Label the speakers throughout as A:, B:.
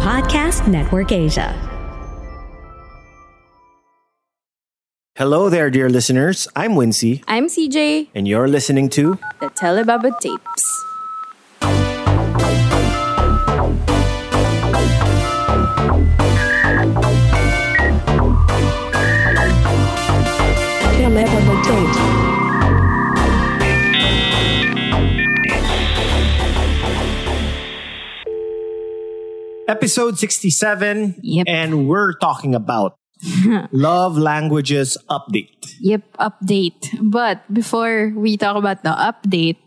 A: Podcast Network Asia.
B: Hello there, dear listeners. I'm Wincy,
C: I'm CJ,
B: and you're listening to
C: the Telebaba Tapes.
B: episode 67,
C: Yep.
B: and we're talking about love languages update.
C: Yep, update. But before we talk about the update,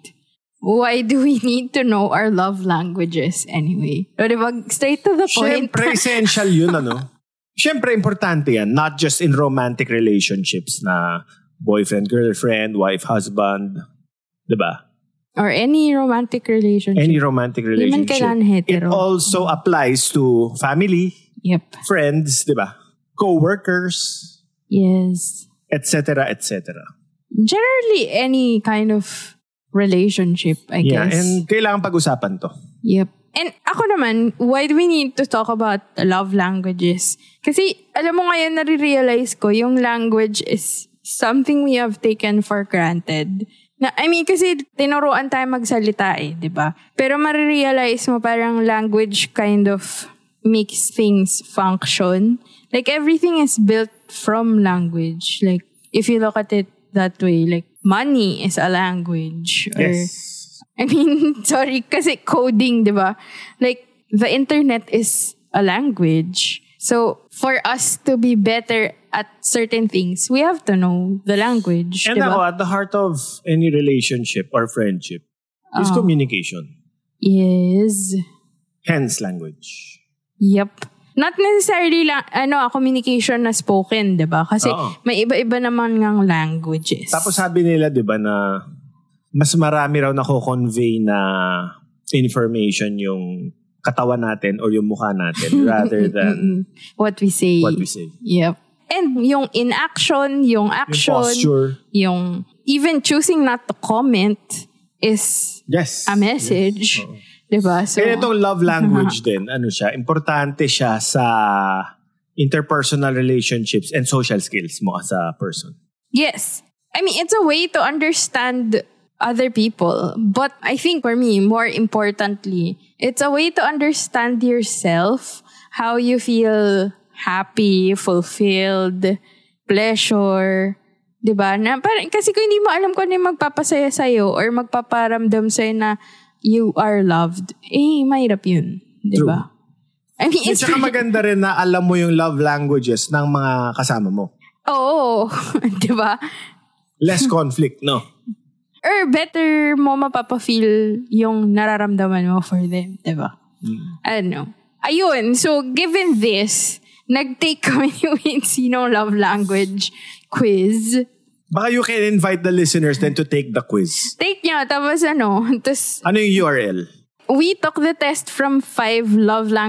C: why do we need to know our love languages anyway? O, di ba? Straight to the point.
B: Siyempre, essential yun, ano? Siyempre, importante yan. Not just in romantic relationships na boyfriend, girlfriend, wife, husband. Diba?
C: Or any romantic relationship.
B: Any romantic
C: Hindi man
B: relationship.
C: kailangan
B: It
C: hetero.
B: also applies to family,
C: yep.
B: friends, diba? Co-workers,
C: Yes.
B: etc., etc.
C: Generally, any kind of relationship, I
B: Yeah,
C: guess.
B: and kailangan pag-usapan to.
C: Yep. And ako naman, why do we need to talk about love languages? Kasi alam mo ngayon, nare-realize ko, yung language is something we have taken for granted. Na, I mean, kasi tinuruan tayo magsalita eh, di ba? Pero marirealize mo parang language kind of makes things function. Like everything is built from language. Like if you look at it that way, like money is a language. Or, I mean, sorry, kasi coding, di ba? Like, the internet is a language. So, for us to be better at certain things, we have to know the language,
B: And
C: di
B: ako, ah.
C: ba?
B: at the heart of any relationship or friendship is
C: Ah.
B: communication.
C: Yes.
B: Hence, language.
C: Yep. Not necessarily lang, ano, ah, communication na spoken, di ba? Kasi
B: Oo.
C: may iba-iba naman ng languages.
B: Tapos sabi nila, di ba, na mas marami raw nako-convey na information yung katawan natin or yung mukha natin rather than
C: what we say.
B: what we say.
C: Yep. And yung inaction,
B: Yung
C: yung action,
B: posture.
C: yung even choosing not to comment is
B: Yes.
C: a message. Diba? Ah, So,
B: Kaya itong love language din, ano siya, importante siya sa interpersonal relationships and social skills mo as a person.
C: yes. I mean, it's a way to understand other people. But I think for me, more importantly, it's a way to understand yourself, how you feel happy, fulfilled, pleasure, 'di ba? Na parang kasi kung hindi mo alam kung ano yung magpapasaya sa or magpaparamdam sa na you are loved, eh mahirap 'yun, 'di
B: True.
C: ba? I
B: At
C: mean, it's
B: saka maganda rin na alam mo yung love languages ng mga kasama mo.
C: Oo, diba? 'di ba? Hmm.
B: Less conflict, no?
C: Or better mo mapapafeel yung nararamdaman mo for them, 'di ba?
B: Hmm.
C: I don't know. Ayun, so given this, nag-take kami ni Wincy ng love language quiz.
B: Baka you can invite the listeners then to take the quiz.
C: Take niya, tapos ano, tapos
B: Ano yung URL?
C: we took the test from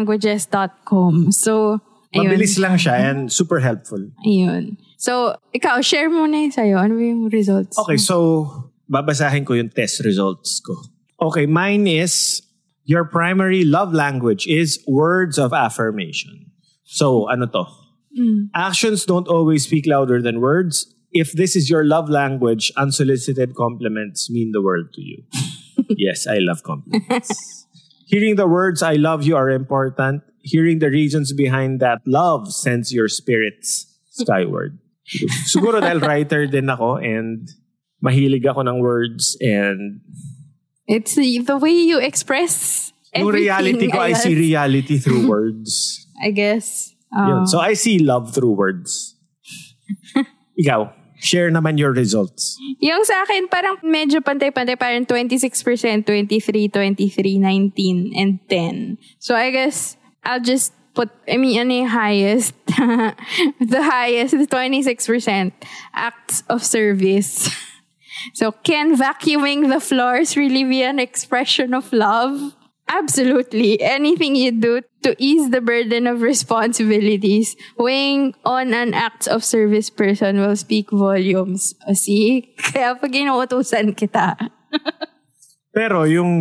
C: 5lovelanguages.com. So, ayun.
B: Mabilis lang siya and super helpful.
C: Ayun. So, ikaw, share mo na yun sa'yo. Ano ba yung results?
B: Okay, so babasahin ko yung test results ko. Okay, mine is your primary love language is words of affirmation. So, ano to? Actions don't always speak louder than words. If this is your love language, unsolicited compliments mean the world to you. yes, I love compliments. Hearing the words I love you are important. Hearing the reasons behind that love sends your spirits skyward. Siguro dahil writer din ako and mahilig ako ng words and
C: It's the the way you express
B: yung
C: everything,
B: reality ko, I,
C: guess.
B: see reality through words.
C: I guess.
B: Yun.
C: Uh,
B: So I see love through words. Ikaw, share naman your results.
C: Yung sa akin, parang medyo pantay-pantay. Parang 26%, 23, 23, 19, and 10. So I guess I'll just put, I mean, ano yung highest? the highest, the 26% acts of service. So can vacuuming the floors really be an expression of love? Absolutely. Anything you do to ease the burden of responsibilities, weighing on an act of service person will speak volumes. O see? Kaya pag inuutusan kita.
B: Pero yung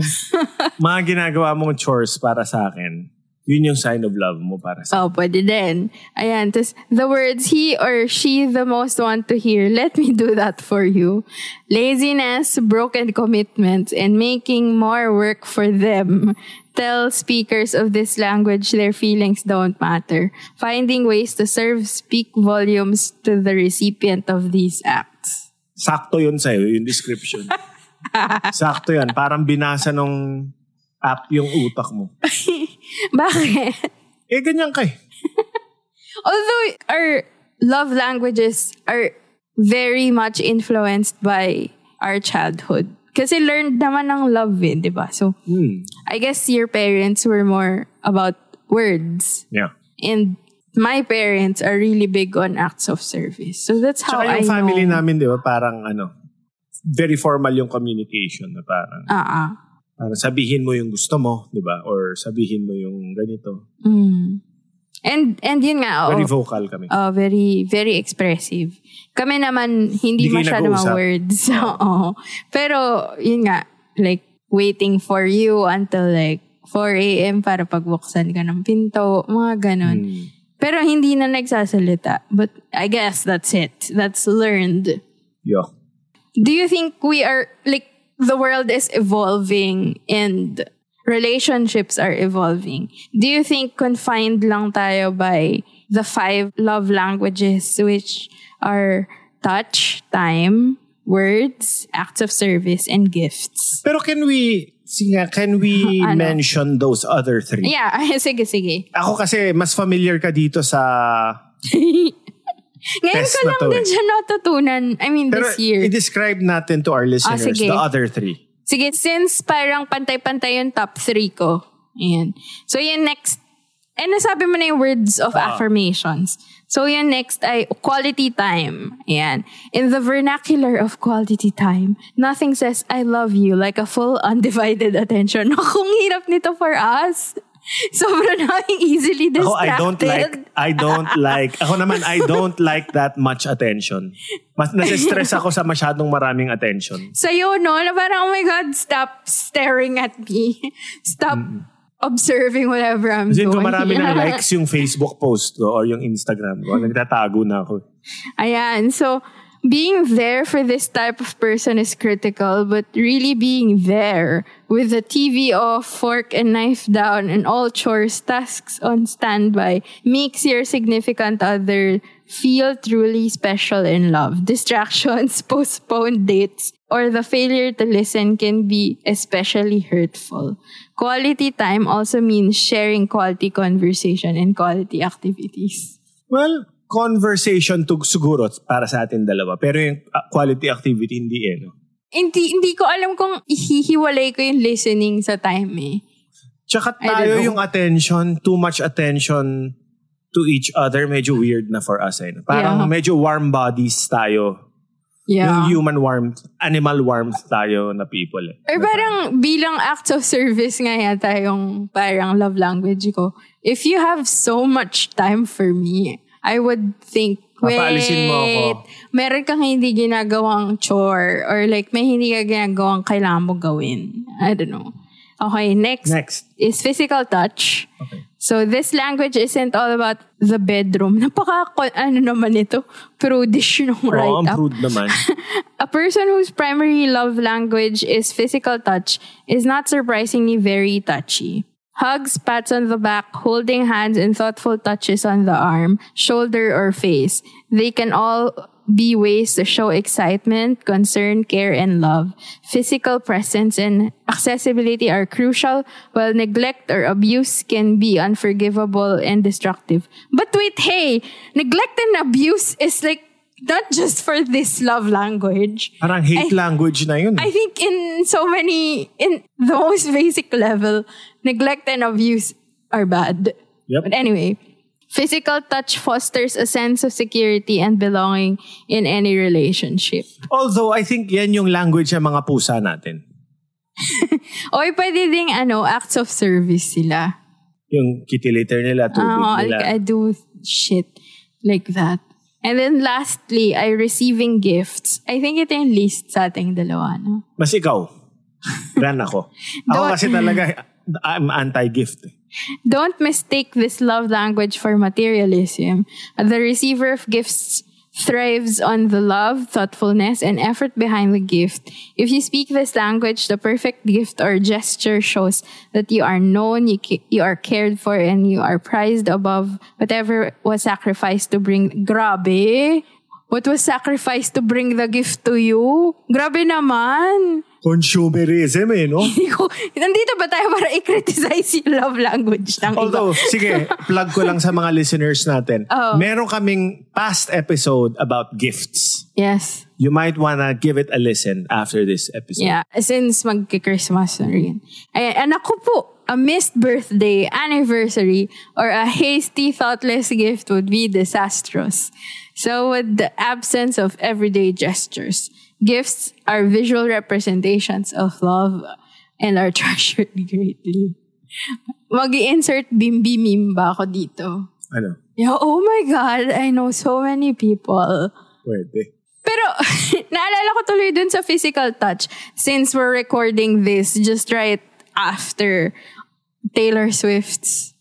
B: mga ginagawa mong chores para sa akin, yun yung sign of love mo para sa
C: Oh, pwede din. Ayan, tas the words he or she the most want to hear, let me do that for you. Laziness, broken commitments, and making more work for them. Tell speakers of this language their feelings don't matter. Finding ways to serve speak volumes to the recipient of these acts.
B: Sakto yun sa'yo, yung description. Sakto yun. Parang binasa nung app yung utak mo.
C: Bakit?
B: Eh, ganyan kay.
C: although our love languages are very much influenced by our childhood. Kasi learned naman ng love eh, di ba? So,
B: Hmm.
C: I guess your parents were more about words.
B: Yeah.
C: And my parents are really big on acts of service. So, that's how
B: Tsaka
C: Oh, I
B: yung family
C: know.
B: namin, di ba, parang ano, very formal yung communication na parang,
C: Ah, ah.
B: parang sabihin mo yung gusto mo, di ba? Or sabihin mo yung ganito.
C: And, and yun nga,
B: Very
C: oo.
B: vocal kami.
C: Uh, very, very expressive. Kami naman, hindi
B: Hindi kayo
C: masyado mga
B: nag-uusap.
C: words. Oo. Pero, yun nga, like, waiting for you until like 4 a.m. para pagbuksan ka ng pinto, mga ganun.
B: Hmm.
C: Pero hindi na nagsasalita. But I guess that's it. That's learned.
B: Yo.
C: Do you think we are, like, the world is evolving and relationships are evolving? Do you think confined lang tayo by the five love languages, which are touch, time, words, acts of service, and gifts?
B: Pero can we, sige, nga, can we
C: Ano?
B: mention those other three?
C: Yeah, sige, sige.
B: Ako kasi, mas familiar ka dito sa...
C: Ngayon
B: Best
C: ko
B: na
C: lang
B: to
C: din
B: eh.
C: siya natutunan. I mean,
B: Pero
C: this year. Ah,
B: i-describe natin to our listeners
C: sige.
B: the other three.
C: Sige, since parang pantay-pantay yung top 3 ko. Ayan. So, yung next, eh, nasabi mo na yung words of
B: Ah.
C: affirmations. So, yung next ay quality time. Ayan. In the vernacular of quality time, nothing says, I love you like a full undivided attention. Nakung hirap nito for us. Sobrang namin easily distracted.
B: Ako, I don't like, I don't like, ako naman, I don't like that much attention. Mas nasistress ako sa masyadong maraming attention.
C: sa'yo, no? Na parang, oh my God, stop staring at me. Stop observing whatever I'm
B: Kasi
C: doing.
B: Mm. kung marami ng likes yung Facebook post ko or yung Instagram ko, nagtatago na ako.
C: Ayan. So, being there for this type of person is critical, but really being there with the TV off, fork and knife down, and all chores, tasks on standby makes your significant other feel truly special and loved. Distractions, postponed dates, or the failure to listen can be especially hurtful. Quality time also means sharing quality conversation and quality activities.
B: Well, conversation to siguro para sa atin dalawa. Pero yung uh, quality activity, hindi eh. No?
C: hindi, hindi ko alam kung ihihiwalay ko yung listening sa time eh.
B: Tsaka
C: I don't
B: tayo
C: know.
B: yung attention, too much attention to each other, medyo weird na for us eh. no? Parang
C: Yeah.
B: medyo warm bodies tayo. Yung human warmth, animal warmth tayo na people eh.
C: Or parang bilang acts of service nga yata yung parang love language ko. If you have so much time for me, I would think, wait,
B: Papaalisin mo ako."
C: meron kang hindi ginagawang chore or like may hindi ka ginagawang kailangan mo gawin. I don't know. Okay, next,
B: Next.
C: is physical touch. So this language isn't all about the bedroom. Napaka, ano naman ito, prudish nung
B: Oo, ang
C: write-up.
B: prude naman.
C: A person whose primary love language is physical touch is not surprisingly very touchy. Hugs, pats on the back, holding hands, and thoughtful touches on the arm, shoulder, or face. They can all be ways to show excitement, concern, care, and love. Physical presence and accessibility are crucial, while neglect or abuse can be unforgivable and destructive. But wait, hey, neglect and abuse is like not just for this love language.
B: Parang hate
C: I-
B: language na yun. eh.
C: I think in so many, in the most basic level, neglect and abuse are bad.
B: Yep.
C: But anyway, physical touch fosters a sense of security and belonging in any relationship.
B: Although, I think yan yung language ng mga pusa natin.
C: Or pwede ding, ano, acts of service sila.
B: Yung kitty-litter nila, tubig
C: Ah,
B: nila.
C: like, I do shit like that. And then lastly, I receiving gifts. I think ito yung least sa ating dalawa, no?
B: Mas ikaw. Ran ako. Ako
C: Don't-
B: kasi talaga, I'm anti-gift. eh.
C: Don't mistake this love language for materialism. The receiver of gifts thrives on the love, thoughtfulness, and effort behind the gift. If you speak this language, the perfect gift or gesture shows that you are known, you, ca- you are cared for, and you are prized above whatever was sacrificed to bring. Grabe! What was sacrificed to bring the gift to you? Grabe naman!
B: Consumerism eh, no?
C: Hindi ko, nandito ba tayo para i-criticize yung love language ng iba?
B: Although, sige, plug ko lang sa mga listeners natin.
C: Oh.
B: Meron kaming past episode about gifts.
C: Yes.
B: You might wanna give it a listen after this episode.
C: Yeah. Since magki-Christmas na rin. Ayan, anak ko po, a missed birthday, anniversary, or a hasty, thoughtless gift would be disastrous. So would the absence of everyday gestures. Gifts are visual representations of love and are treasured greatly. mag insert bimbi meme ba ako dito?
B: Ano?
C: Yeah, oh my God, I know so many people.
B: Pwede.
C: Pero, naalala ko tuloy dun sa physical touch. Since we're recording this just right after Taylor Swift's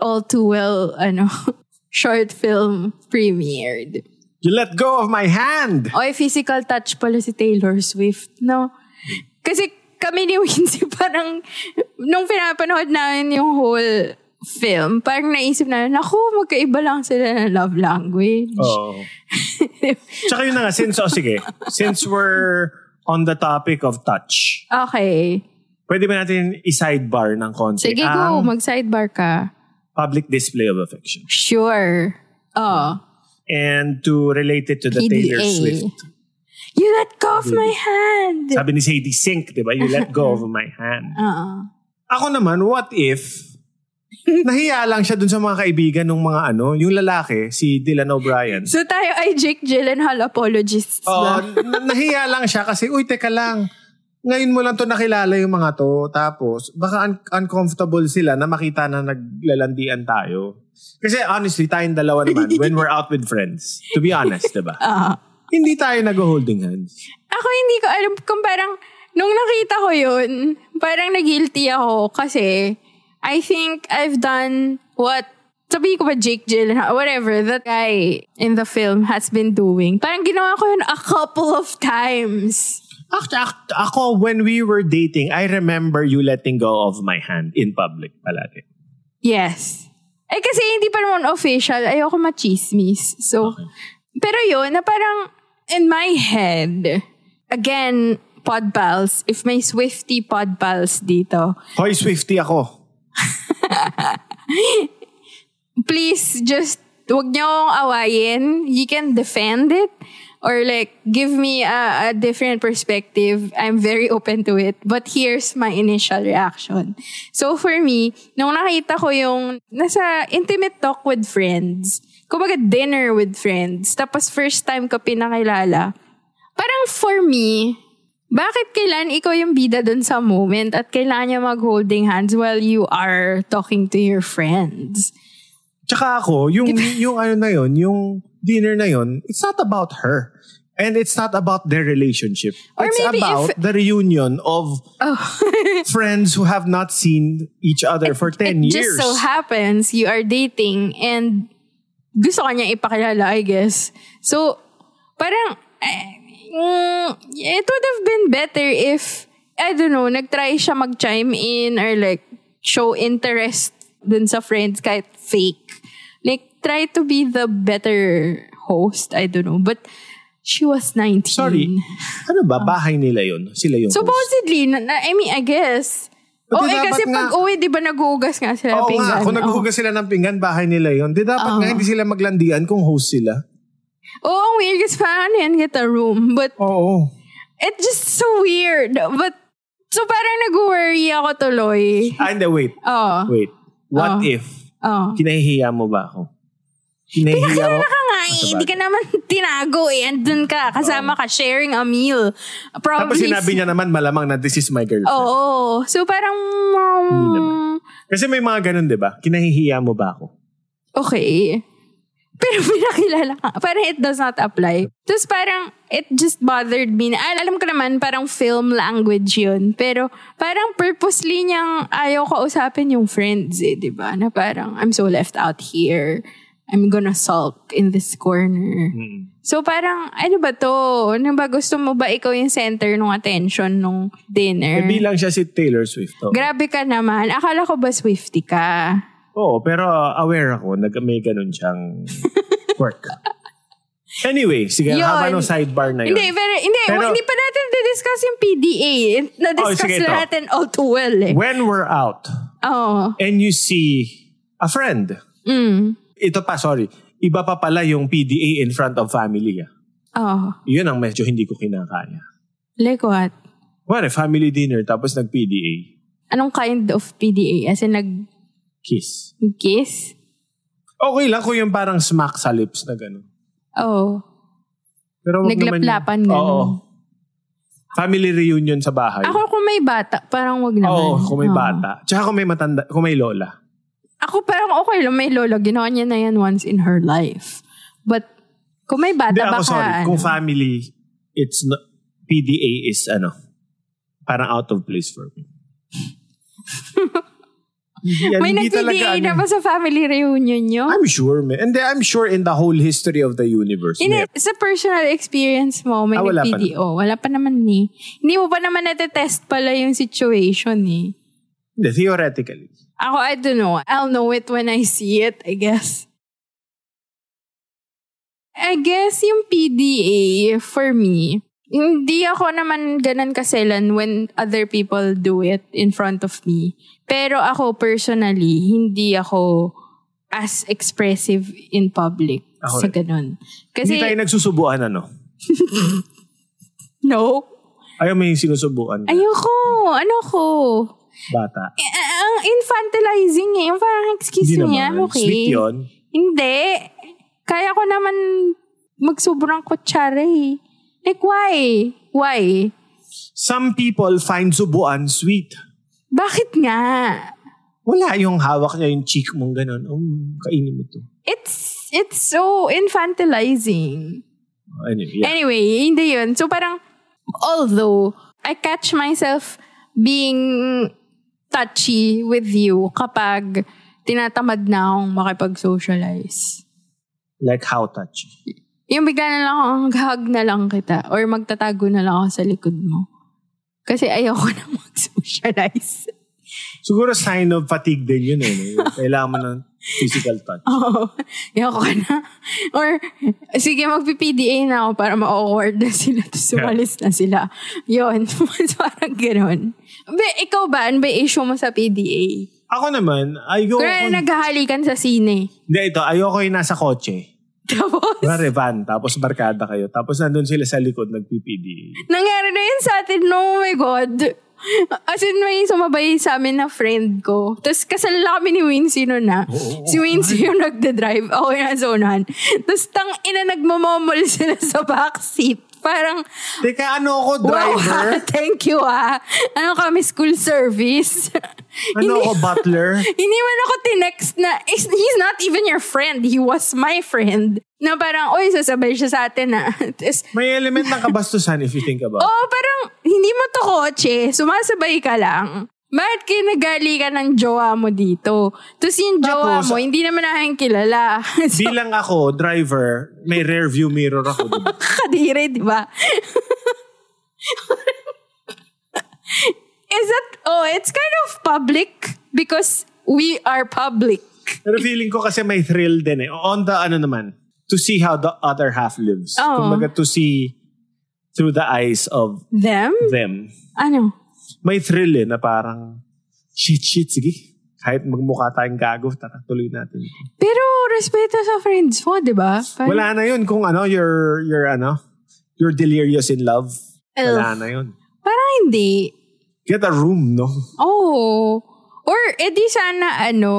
C: All Too Well, ano, short film premiered.
B: You let go of my hand!
C: Oy, physical touch pala si Taylor Swift, no? Kasi kami ni Wincy parang, nung pinapanood namin yung whole film, parang naisip namin, naku, magkaiba lang sila ng love language.
B: Oo. Oh. Tsaka yun na nga, since, oh, sige, since we're on the topic of touch,
C: Okay.
B: pwede ba natin i-sidebar ng konti
C: Sige, go.
B: ang
C: Mag-sidebar ka.
B: public display of affection?
C: Sure. Oh.
B: And to relate it to the Taylor
C: PDA.
B: Swift.
C: You let go of my hand.
B: Sabi ni Sadie Sink, di ba? You let go of my hand. Ako naman, what if nahiya lang siya dun sa mga kaibigan ng mga ano, yung lalaki, si Dylan O'Brien.
C: So tayo ay Jake Gyllenhaal apologists
B: Oo,
C: na.
B: na- nahiya lang siya kasi, uy, teka lang. Ngayon mo lang to nakilala yung mga to. Tapos, baka un- uncomfortable sila na makita na naglalandian tayo. Kasi honestly, tayong dalawa naman, when we're out with friends, to be honest, di ba? Hindi tayo nag-holding hands.
C: Ako hindi ko alam kung parang, nung nakita ko yun, parang nag-guilty ako kasi I think I've done what, sabi ko ba Jake Gyllenhaal, whatever, that guy in the film has been doing. Parang ginawa ko yun a couple of times.
B: Act, act, ako, when we were dating, I remember you letting go of my hand in public palagi.
C: Yes. Eh kasi hindi pa naman official. Ayoko machismis. So, pero yun, na parang in my head, again, pod pals, if may Swifty pod pals dito,
B: Hoy, Swifty ako.
C: please just wag niyo akong awayin. You can defend it or like give me a, a different perspective. I'm very open to it. But here's my initial reaction. So for me, nung nakita ko yung nasa intimate talk with friends, kumbaga dinner with friends, tapos first time ko pinakilala, parang for me, bakit kailan ikaw yung bida dun sa moment at kailangan niya mag-holding hands while you are talking to your friends?
B: Tsaka ako, yung, yung ano na yun, yung dinner na yun, it's not about her. And it's not about their relationship.
C: Or
B: it's
C: maybe
B: about
C: if- Oh.
B: the reunion of friends who have not seen each other for 10
C: it
B: years.
C: just so happens you are dating and gusto ka niya ipakilala, I guess. So, parang, eh, mm, it would have been better if, I don't know, nagtry siya mag-chime in or like, show interest dun sa friends kahit fake. Like, try to be the better host, I don't know. But, she was 19.
B: Sorry. Ano
C: Oh.
B: ba? Bahay nila yun. Sila yung host.
C: Supposedly, na, na- I mean, I guess.
B: But
C: Oo,
B: di
C: eh,
B: dapat
C: kasi
B: nga-
C: pag uwi, di ba nag-uugas nga sila
B: Oo
C: pinggan?
B: nga, kung
C: Oo. Oh.
B: naghuhugas sila ng pinggan, bahay nila yun. Di dapat nga hindi sila maglandian kung host sila.
C: Oo, ang weird kasi parang ano yan, get a room. But
B: Oo.
C: it's just so weird. But, so parang nag-worry ako tuloy.
B: Ah, hindi, wait.
C: Oo.
B: Wait. What
C: Oh.
B: if?
C: Oo.
B: Kinahihiya mo ba ako? Kinahihiya mo? Ano
C: Kilala ka nga eh. Hindi ka naman tinago eh. Andun ka. Kasama ka. Sharing a meal.
B: Tapos
C: Probably.
B: sinabi niya naman malamang na this is my girlfriend.
C: Oo. So parang, um,
B: Kasi may mga ganun, di ba? Kinahihiya mo ba ako?
C: okay. Pero pinakilala ka. Parang it does not apply. Tapos parang, it just bothered me. Na, al- alam ko naman, parang film language yun. Pero parang purposely niyang ayaw kausapin yung friends eh, di ba? Na parang, I'm so left out here. I'm gonna sulk in this corner. So parang, ano ba to? Ano ba gusto mo ba ikaw yung center ng attention nung dinner?
B: Eh, bilang siya si Taylor Swift. Oh.
C: Grabe ka naman. Akala ko ba Swifty ka?
B: Oo, pero uh, aware ako na may ganun siyang work. Anyway, sige,
C: Yun.
B: haba nung sidebar na yun.
C: Hindi, pero, hindi,
B: Pero-
C: hindi pa natin discuss yung PDA.
B: Oh,
C: Na-discuss
B: sige, ito.
C: natin all too well eh.
B: When we're out
C: Oo.
B: and you see a friend,
C: Mm.
B: ito pa, sorry, iba pa pala yung PDA in front of family. ah.
C: Oh.
B: Yun ang medyo hindi ko kinakaya.
C: Like what?
B: What if family dinner tapos nag-PDA?
C: Anong kind of PDA? As in,
B: Kiss.
C: nag-kiss?
B: Okay lang kung yung parang smack sa lips na gano'n.
C: Oh.
B: Pero wag naman yun.
C: Naglaplapan ganun.
B: Oo. Family reunion sa bahay.
C: Ako kung may bata, parang wag naman.
B: Oo, kung may
C: Oo.
B: bata. Tsaka kung may matanda, kung may lola.
C: Ako parang okay lang, may lolo. Ginawa niya na yan once in her life. But, kung may bata,
B: Hindi
C: baka
B: ako sorry.
C: ano.
B: Kung family, it's not, PDA is ano, parang out of place for me. Hindi-
C: may
B: hindi
C: nag-PDA
B: talaga,
C: na
B: ano.
C: ba sa family reunion nyo?
B: I'm sure, man. And I'm sure in the whole history of the universe.
C: Hindi,
B: Hindi.
C: eh, sa personal experience mo, may
B: Ah, wala pa
C: nag-PDO. Wala pa naman ni. Hindi mo pa naman natetest pala yung situation eh.
B: Hindi, theoretically.
C: Ako, I don't know. I'll know it when I see it, I guess. I guess yung PDA for me, hindi ako naman ganun kaselan when other people do it in front of me. Pero ako personally, hindi ako as expressive in public
B: Ako
C: sa
B: rin.
C: ganun.
B: Hindi
C: Kasi,
B: tayo nagsusubuan, ano?
C: no.
B: Ayaw may sinusubuan. na
C: Ayoko. Ano ko?
B: Bata.
C: Eh, Ang infantilizing eh. Yung Parang excuse
B: Hindi
C: me ah,
B: naman.
C: okay.
B: Sweet yun.
C: Hindi. Kaya ko naman magsubrang kutsara eh. Like why? Why?
B: Some people find subuan sweet.
C: Bakit nga?
B: Wala yung hawak niya, yung cheek mong ganun. Oh, kainin mo to.
C: It's it's so infantilizing.
B: Anyway, yeah.
C: Anyway, hindi yun. So parang, although, I catch myself being touchy with you kapag tinatamad na akong makipag-socialize.
B: like how touchy.
C: Yung bigla na lang ako, hug na lang kita or magtatago na lang ako sa likod mo. Kasi ayoko na mag-socialize.
B: Siguro sign of fatigue din yun eh. no? Kailangan mo ng physical touch.
C: Oo. Ayoko na. Or, sige, magpipda na ako para ma-award na sila. Tapos umalis na sila. Yun. Parang ganun. Be, ikaw ba? Ano ba yung issue mo sa PDA?
B: Ako naman, ayoko...
C: Kaya naghahalikan sa sine.
B: Hindi, ito, ayoko yung nasa kotse.
C: Tapos,
B: Kunwari van, tapos barkada kayo. Tapos nandun sila sa likod, nag-PPD.
C: nangyari na yun sa atin. No, oh my God. As in, may sumabay sa amin na friend ko. Tapos kasal na kami ni Wincy noon na. si Wincy yung nagde-drive. Ako yung nazonahan. Tapos tang ina nagmamomol sila sa backseat. Parang,
B: Teka, ano ako, driver?
C: Wow, ah, thank you ah. Ano kami, school service.
B: Ano
C: Hindi-
B: ako, butler?
C: Hindi man ako tinext na, is- he's not even your friend. He was my friend. Na parang, oy, sasabay siya sa atin ah. Tapos,
B: May element ng kabastusan if you think about it.
C: oh, parang, hindi mo to kotse. Sumasabay ka lang. Bakit kinagali ka ng jowa mo dito? Tapos yung jowa
B: Tapos,
C: mo, hindi naman namin kilala. so,
B: Bilang ako, driver, may rear view mirror ako. Diba?
C: kadiri, di ba? Is that, oh, it's kind of public because we are public.
B: Pero feeling ko kasi may thrill din eh. On the ano naman, to see how the other half lives.
C: Oo.
B: Kumbaga to see through the eyes of
C: Them?
B: them.
C: Ano?
B: may thrill eh, na parang, shit, shit, sige. Kahit magmukha tayong gago, tara, tuloy natin.
C: Pero respeto sa friends mo, di ba? Parang-
B: Wala na yun kung ano, you're, you're ano, you're delirious in love. Wala
C: Elf.
B: na yun.
C: Parang hindi.
B: Get a room, no?
C: Oh. Or edi sana ano,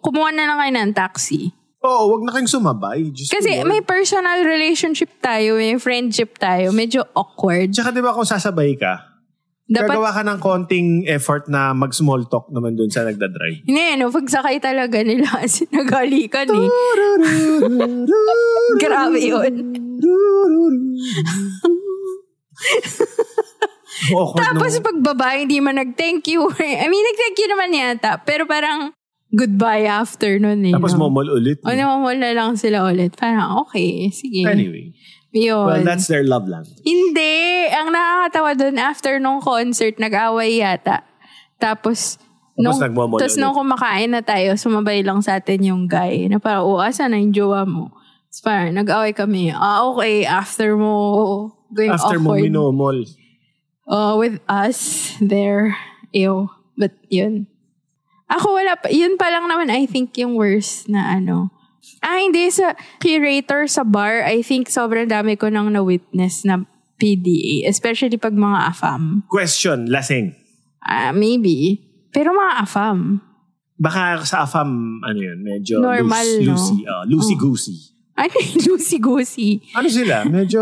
C: kumuha na lang kayo ng taxi.
B: Oo, wag na kayong sumabay. Diyos ko,
C: Kasi
B: Lord.
C: may personal relationship tayo, may friendship tayo, medyo awkward.
B: Tsaka di ba kung sasabay ka,
C: Dapat,
B: gagawa ka ng konting effort na mag-small talk naman dun sa nagdadrive.
C: hindi, no, pagsakay talaga nila kasi nagalikan eh. Grabe yun.
B: Awkward
C: Tapos
B: nung-
C: pag babae, hindi man nag-thank you. I mean, nag-thank you naman yata. Pero parang goodbye after nun eh.
B: tapos
C: no?
B: momol ulit.
C: O namamol na lang sila ulit. Parang okay, sige.
B: Anyway.
C: Yun.
B: Well, that's their love language.
C: Hindi. Ang nakakatawa doon, after nung concert, nag-away yata. Tapos, nung,
B: nagmamolo
C: tapos
B: ulit.
C: nung kumakain na tayo, sumabay lang sa atin yung guy. Na parang, oh, asa na yung jowa mo? Tapos parang, nag-away kami. Ah, okay. After mo, going
B: After mo
C: awkward.
B: minomol.
C: uh, with us there. Ew. But yun. Ako wala pa. Yun pa lang naman I think yung worst na ano. Ah, hindi. Sa curator sa bar, I think sobrang dami ko nang na-witness na PDA. Especially pag mga afam.
B: Question, lasing.
C: Ah, maybe. Pero mga afam.
B: Baka sa AFAM, ano yun, medyo
C: Normal,
B: loose,
C: no?
B: loosey, ah, loosey-goosey.
C: Ano yung loosey-goosey?
B: Ano sila? Medyo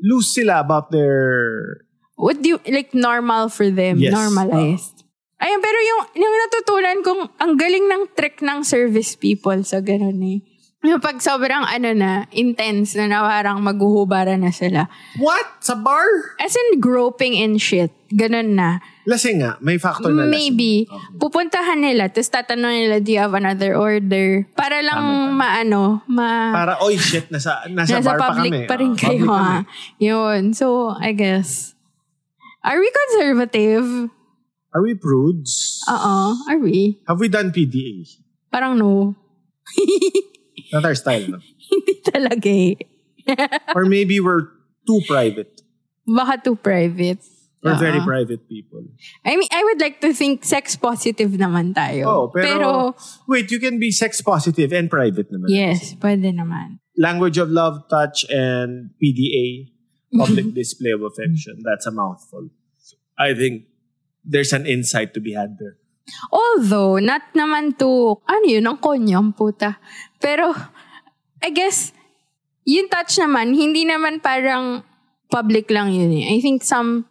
B: loose sila about their
C: What do you, like normal for them?
B: Yes.
C: Normalized. Ayun, pero yung, yung natutunan kong ang galing ng trick ng service people sa ganun eh. Yung pag sobrang ano na, intense na nawarang maghuhubara na sila.
B: What? Sa bar?
C: As in groping and shit. Ganun na.
B: Lasing nga. May factor na lasing. Oh.
C: Maybe. Pupuntahan nila, tapos tatanungin nila, do you have another order? Para lang maano, ma...
B: Para, oy shit, nasa, nasa,
C: Ah. Nasa
B: bar pa
C: public
B: kami.
C: pa rin
B: Ah,
C: kayo,
B: public
C: ha?
B: kami.
C: Yun. So, I guess. Are we conservative? ah.
B: Are we prudes?
C: Oo. Uh-uh, Are we?
B: Have we done PDA?
C: Parang no.
B: Not our style, no?
C: Hindi talaga eh.
B: Or maybe we're too private.
C: Baka too private.
B: We're
C: Oo.
B: very private people.
C: I mean, I would like to think sex positive naman tayo.
B: Oh, pero, wait, you can be sex positive and private naman.
C: yes, pwede naman.
B: Language of love, touch, and PDA, public display of affection. That's a mouthful. I think there's an insight to be had there.
C: Although, not naman to, ano yun, ang konyo, ang puta. Pero, I guess, yung touch naman, hindi naman parang public lang yun eh. I think some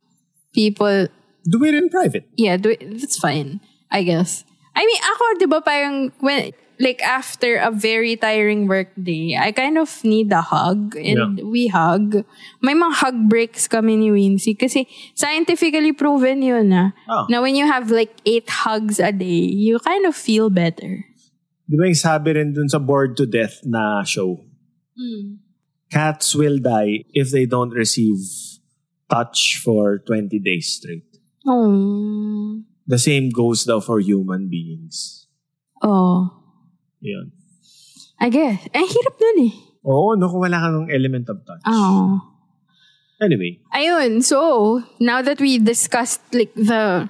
C: people
B: Do it in private.
C: yeah, do it, that's fine, I guess. I mean, ako, di ba, parang, when, like, after a very tiring work day, I kind of need a hug, and we hug. May mga hug breaks kami ni Wincy, kasi scientifically proven yun, na
B: Oh.
C: Na when you have, like, eight hugs a day, you kind of feel better.
B: Di ba yung sabi rin dun sa Bored to Death na show?
C: Hmm.
B: Cats will die if they don't receive touch for 20 days straight.
C: Oh.
B: The same goes daw for human beings.
C: Oh.
B: Yun.
C: I guess. Ang hirap nun eh.
B: Oo, no, kung wala ka ng element of touch.
C: Oh.
B: Anyway,
C: Ayun, so, now that we discussed like the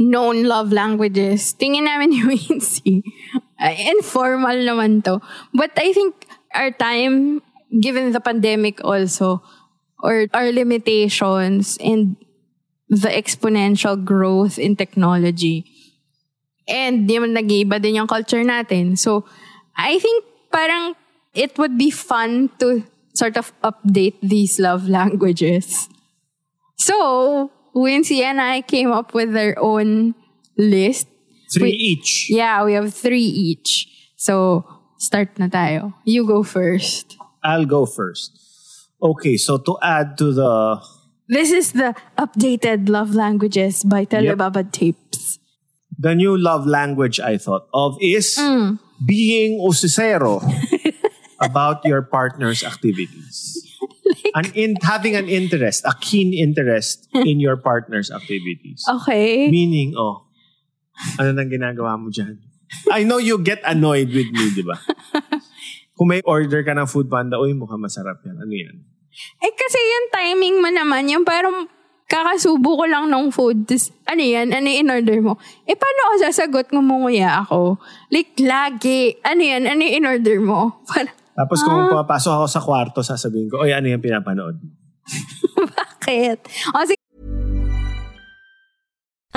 C: known love languages, tingin namin ni Wincy. Uh, informal naman to. But I think our time, given the pandemic also, or our limitations and the exponential growth in technology, and yun, nag-iiba din yung culture natin. So, I think parang it would be fun to sort of update these love languages. So, Wincy and I came up with their own list.
B: three
C: Wait.
B: each.
C: Yeah, we have three each. So, start na tayo. You go first.
B: I'll go first. Okay, so to add to the
C: This is the updated love languages by Telebaba Tapes.
B: the new love language I thought of is being usisero about your partner's activities. an in, having an interest, a keen interest in your partner's activities.
C: Okay.
B: Meaning, oh, ano nang ginagawa mo dyan? I know you get annoyed with me, di ba? Kung may order ka ng food panda, uy, mukhang masarap yan. Ano yan?
C: Eh kasi yung timing mo naman, yung parang kakasubo ko lang ng food. Tapos, ano yan? Ano yung in-order mo? Eh, paano ako sasagot? Ngumunguya ako. Like, lagi. Ano yan? Ano yung in-order mo? Parang,
B: Tapos kung papasok ako sa kwarto, sasabihin ko, oy, ano yung pinapanood mo?
C: bakit? O, sige,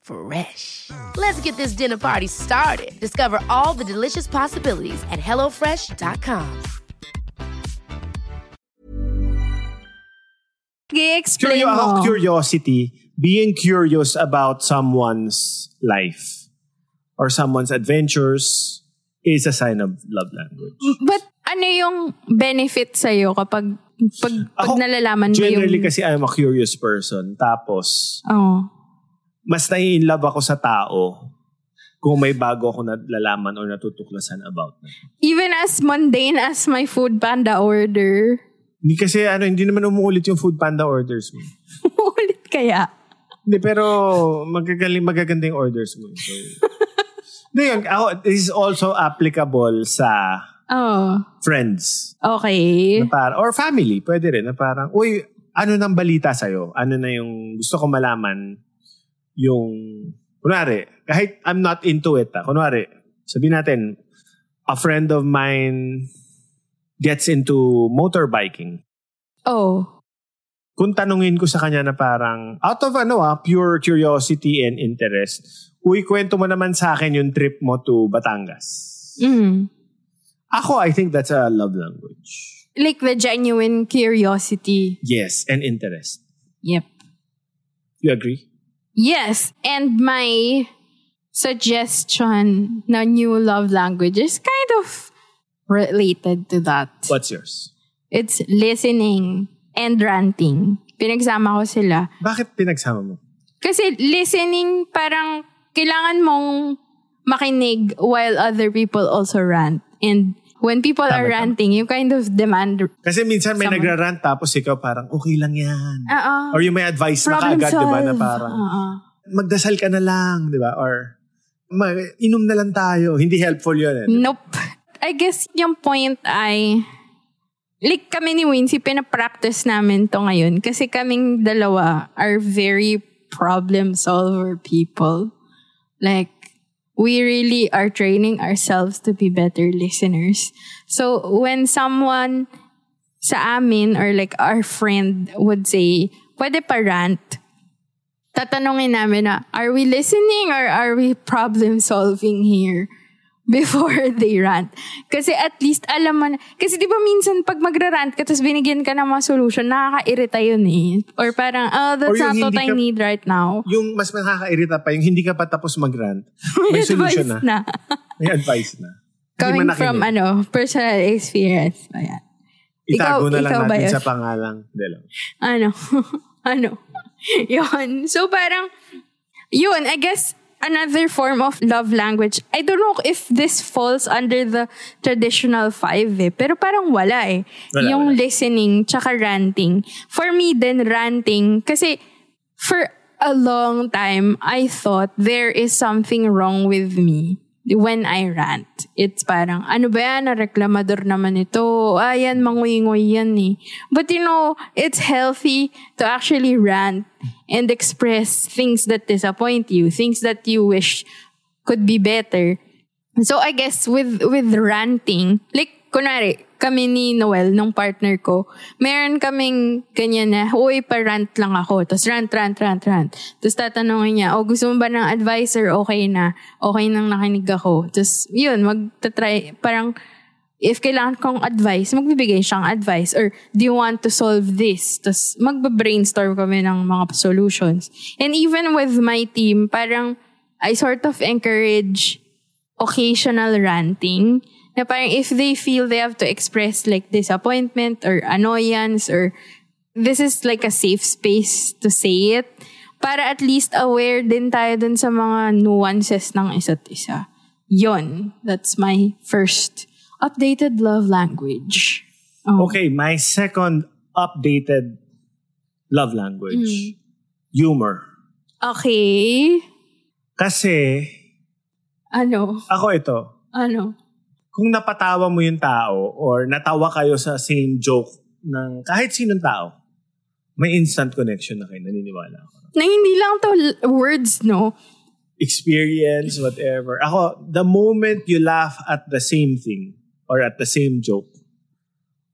D: Fresh. Let's get this dinner party started. Discover all the delicious possibilities at hellofresh.com.
C: explain
B: Curio,
C: mo.
B: ako curiosity, being curious about someone's life or someone's adventures is a sign of love language.
C: But ano yung benefit sa'yo kapag pag, pag
B: Ako,
C: nalalaman mo yung...
B: Generally kasi I'm a curious person. Tapos,
C: Oo.
B: mas nai-inlove ako sa tao kung may bago ako nalalaman or natutuklasan about na.
C: Even as mundane as my food panda order,
B: Hindi kasi ano, hindi naman umuulit yung food panda orders mo.
C: ulit kaya.
B: Hindi, pero magagaling, magaganda yung orders mo. So, Hindi, yung- ako, this is also applicable sa
C: Oh,
B: friends
C: okay.
B: na para, or family. Pwede rin na parang, uy, ano nang balita sa'yo? Ano na yung gusto ko malaman yung, kunwari, kahit I'm not into it, ah, kunwari, sabihin natin, a friend of mine gets into motorbiking.
C: Oh,
B: kung tanungin ko sa kanya na parang out of ano ah, pure curiosity and interest, uy, kwento mo naman sa akin yung trip mo to Batangas.
C: mm.
B: Ako, I think that's a love language.
C: Like the genuine curiosity.
B: Yes, and interest.
C: Yep.
B: You agree?
C: Yes, and my suggestion na new love language is kind of related to that.
B: What's yours?
C: It's listening and ranting. Pinagsama ko sila.
B: Bakit pinagsama mo?
C: Kasi listening, parang kailangan mong makinig while other people also rant. And when people
B: Tama,
C: are
B: tama.
C: ranting, you kind of demand,
B: Kasi minsan may
C: Sama.
B: nagrarant tapos ikaw parang okay lang yan.
C: Oo.
B: Or yung may advice na
C: problem
B: kaagad,
C: solve.
B: di ba, na parang
C: Oo.
B: magdasal ka na lang, di ba? Or "Ma- inom na lang tayo. Hindi helpful yun. Eh.
C: Nope. I guess yung point ay, like kami ni Wincy, pinapractice namin to ngayon. Kasi kaming dalawa are very problem solver people. Like, we really are training ourselves to be better listeners. So, when someone sa amin or like our friend would say, pwede pa rant, tatanungin namin na, are we listening or are we problem solving here? Before they rant. Kasi at least alam mo na, kasi di ba minsan pag magra-rant ka tapos binigyan ka ng mga solution, nakakairita yun eh. Or parang, oh,
B: Or
C: that's
B: yung
C: not what
B: hindi
C: I
B: ka-
C: need right now.
B: Yung mas nakakairita pa, yung hindi ka pa tapos mag-rant, may solution na.
C: na.
B: May advice na. Hindi
C: Coming
B: man nakinig.
C: from ano, personal experience. Ayan.
B: Itago
C: Ikaw-
B: na lang
C: ikaw ba
B: natin
C: yun?
B: sa pangalang. Hindi lang.
C: Ano? ano? yun. So parang, yun, I guess, another form of love language. I don't know if this falls under the traditional five eh, pero parang wala eh.
B: Wala,
C: yung
B: wala.
C: listening, tsaka ranting. For me then ranting, kasi for a long time, I thought there is something wrong with me when I rant. It's parang, ano ba yan? Reklamador naman ito. "Oh, Ayan, manguingoy yan eh. But you know, it's healthy to actually rant and express things that disappoint you, things that you wish could be better. So I guess with with ranting, like kunwari, kami ni Noel, nung partner ko, meron kaming ganyan na, uy, pa-rant lang ako. Tapos rant, rant, rant, rant. Tapos tatanungin niya, oh, gusto mo ba ng advisor? Okay na. Okay nang nakinig ako. Tapos yun, magta-try, parang if kailangan kong advice, magbibigay siyang advice. Or, do you want to solve this? Tapos, magbabrainstorm kami ng mga solutions. And even with my team, parang, I sort of encourage occasional ranting. Na parang if they feel they have to express like disappointment or annoyance or this is like a safe space to say it. Para at least aware din tayo dun sa mga nuances ng isa't isa. Yon, that's my first updated love language. Oh.
B: Okay, my second updated love language.
C: Mm.
B: Humor.
C: Okay.
B: Kasi,
C: Ano?
B: ako ito,
C: Ano?
B: kung napatawa mo yung tao or natawa kayo sa same joke ng kahit sinong tao, may instant connection na kayo, naniniwala ako.
C: Na hindi lang to l- words, no?
B: Experience, whatever. Ako, the moment you laugh at the same thing or at the same joke,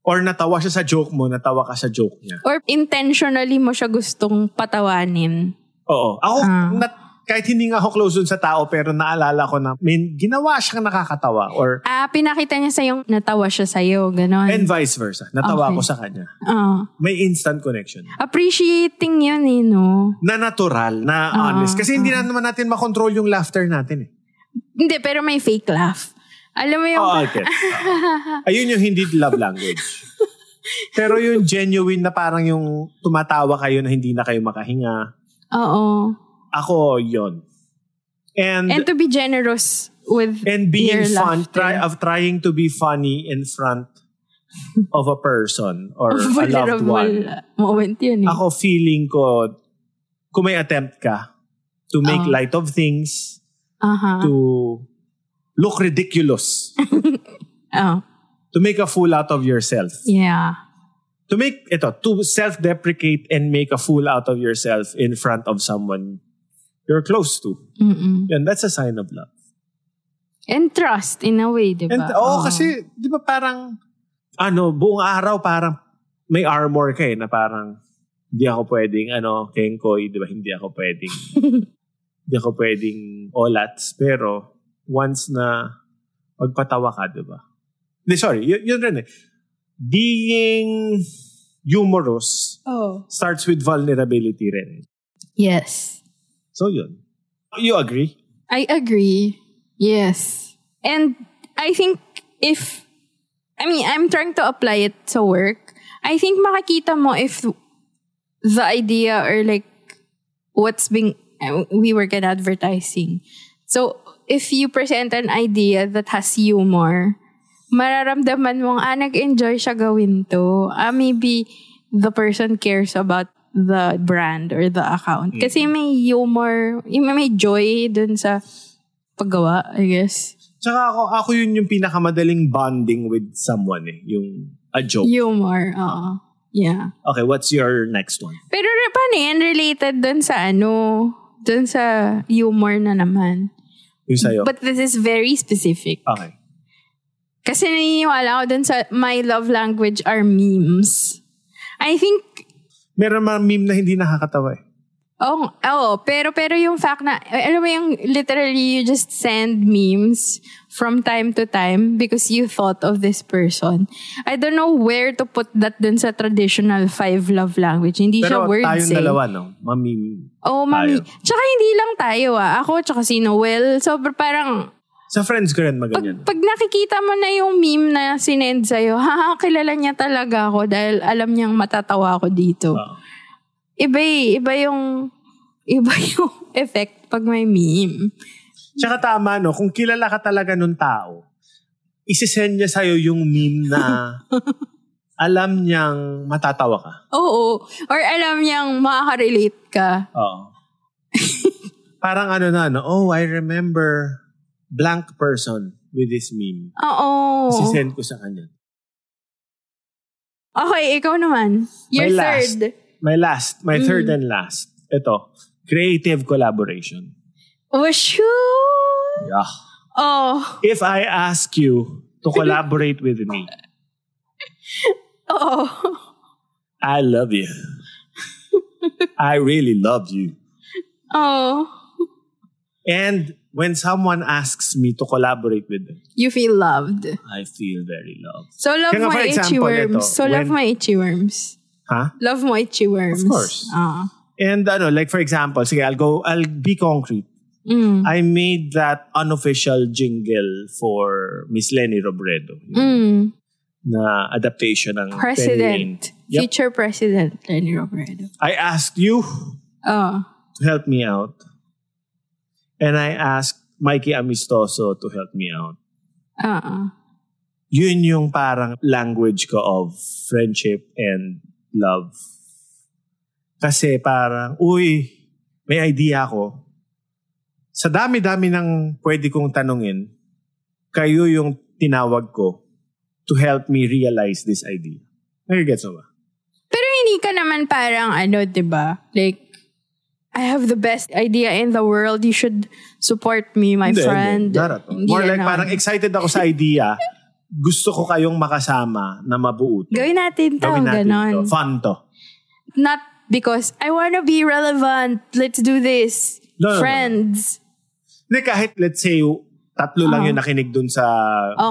B: or natawa siya sa joke mo, natawa ka sa joke niya.
C: Or intentionally mo siya gustong patawanin.
B: Oo. Ako, nat- kahit hindi nga ako close dun sa tao, pero naalala ko na may ginawa siyang nakakatawa or
C: Ah, pinakita niya sa yung natawa siya sa iyo, ganon.
B: and vice versa. Natawa
C: Okay.
B: ko sa kanya.
C: Ah.
B: May instant connection.
C: appreciating 'yun eh, no?
B: na natural,
C: Ah.
B: na honest. Kasi hindi na naman natin makontrol yung laughter natin eh.
C: Hindi, pero may fake laugh. Alam mo yung...
B: Oo, okay. Ayun yung hindi love language. Pero yung genuine na parang yung tumatawa kayo na hindi na kayo makahinga.
C: Oo.
B: Ako, yon And, and,
C: And to be generous with your
B: being fun,
C: laughter.
B: try, of trying to be funny in front of a person or a loved
C: vulnerable
B: one.
C: moment yun eh.
B: Ako feeling ko, kung may attempt ka to make
C: Oo.
B: light of things,
C: Aha.
B: to look ridiculous,
C: Oh,
B: to make a fool out of yourself.
C: yeah.
B: To make ito, to self-deprecate and make a fool out of yourself in front of someone you're close to.
C: Mm-mm.
B: Yan, that's a sign of love.
C: And trust in a way, di ba?
B: And oo, kasi 'di ba parang ano, buong araw parang may armor ka eh, na parang hindi ako pwedeng ano, kengkoy, 'di ba? Hindi ako pwedeng hindi ako pwedeng olats, pero once na magpatawa ka, 'di ba? Hindi, sorry, yun, yun rin eh. Being humorous
C: Oh.
B: starts with vulnerability rin. eh.
C: Yes.
B: So yun. You agree?
C: I agree. Yes. And I think if I mean, I'm trying to apply it to work. I think makakita mo if the idea or like what's being uh, we work at advertising. So if you present an idea that has humor, mararamdaman mong ah, nag-enjoy siya gawin to. Ah, maybe the person cares about the brand or the account. Kasi may humor, yung may joy dun sa paggawa, I guess.
B: Tsaka ako, ako yun yung pinakamadaling bonding with someone eh. Yung a joke.
C: Humor, oo. Yeah.
B: Okay, what's your next one?
C: Pero re- paano yan related dun sa ano, dun sa humor na naman.
B: Yung sa'yo.
C: But this is very specific.
B: okay.
C: Kasi naniniwala ako dun sa my love language are memes. I think
B: Meron mga meme na hindi nakakatawa eh.
C: Oh, oh, pero pero yung fact na eh, alam mo yung literally you just send memes from time to time because you thought of this person. I don't know where to put that dun sa traditional five love language. Hindi siya
B: Pero
C: words
B: tayong
C: eh.
B: dalawa, no? Mameme.
C: Oh, mami.
B: tayo.
C: Tsaka hindi lang tayo ah. Ako tsaka si Noel. So parang
B: Sa friends ko rin
C: pag,
B: maganyan.
C: pag nakikita mo na yung meme na sinend sa'yo, ha, kilala niya talaga ako dahil alam niyang matatawa ako dito.
B: Oo.
C: Iba eh, iba yung iba yung effect pag may meme.
B: Tsaka tama, no? Kung kilala ka talaga nung tao, isisend niya sa'yo yung meme na alam niyang matatawa ka.
C: Oo. Or alam niyang makaka-relate ka.
B: Oo. Parang ano na, no? Oh, I remember blank person with this meme.
C: Oo.
B: Isisend ko sa kanya.
C: Okay, ikaw naman. Your
B: My last.
C: third. Mm.
B: My last, my third and last. Ito, creative collaboration.
C: Wish you.
B: Yeah.
C: Oh.
B: If I ask you to collaborate with me,
C: Oh.
B: I love you. I really love you.
C: Oh.
B: And when someone asks me to collaborate with them,
C: You feel loved.
B: I feel very loved.
C: So love
B: Kaya nga,
C: mo
B: for
C: itchy
B: example,
C: worms.
B: ito,
C: so love
B: when-
C: mo itchy worms.
B: Huh?
C: Love mo itchy worms.
B: course.
C: Ah.
B: And ano, like for example, sige, I'll go, I'll be concrete.
C: Mm.
B: I made that unofficial jingle for Miss Lenny Robredo.
C: Mm.
B: Na adaptation ng
C: President.
B: Penny Lane. Yep.
C: Future President Lenny Robredo.
B: I asked you
C: Oh.
B: to help me out. And I asked Mikey Amistoso to help me out.
C: Ah.
B: Yun yung parang language ko of friendship and love. Kasi parang, uy, may idea ako. Sa dami-dami ng pwede kong tanungin, kayo yung tinawag ko to help me realize this idea. Nagigets mo ba?
C: Pero hindi ka naman parang ano, 'di ba? Like I have the best idea in the world. You should support me, my
B: Hindi,
C: friend.
B: hindi. Not at all. More like
C: ganon.
B: parang excited ako sa idea. Gusto ko kayong makasama na mabuo to.
C: Gawin natin to,
B: Gawin natin
C: ganon.
B: to. Fun to.
C: Not because I wanna be relevant. Let's do this.
B: No, no, no.
C: Friends.
B: Hindi, kahit let's say, tatlo lang yung nakinig dun sa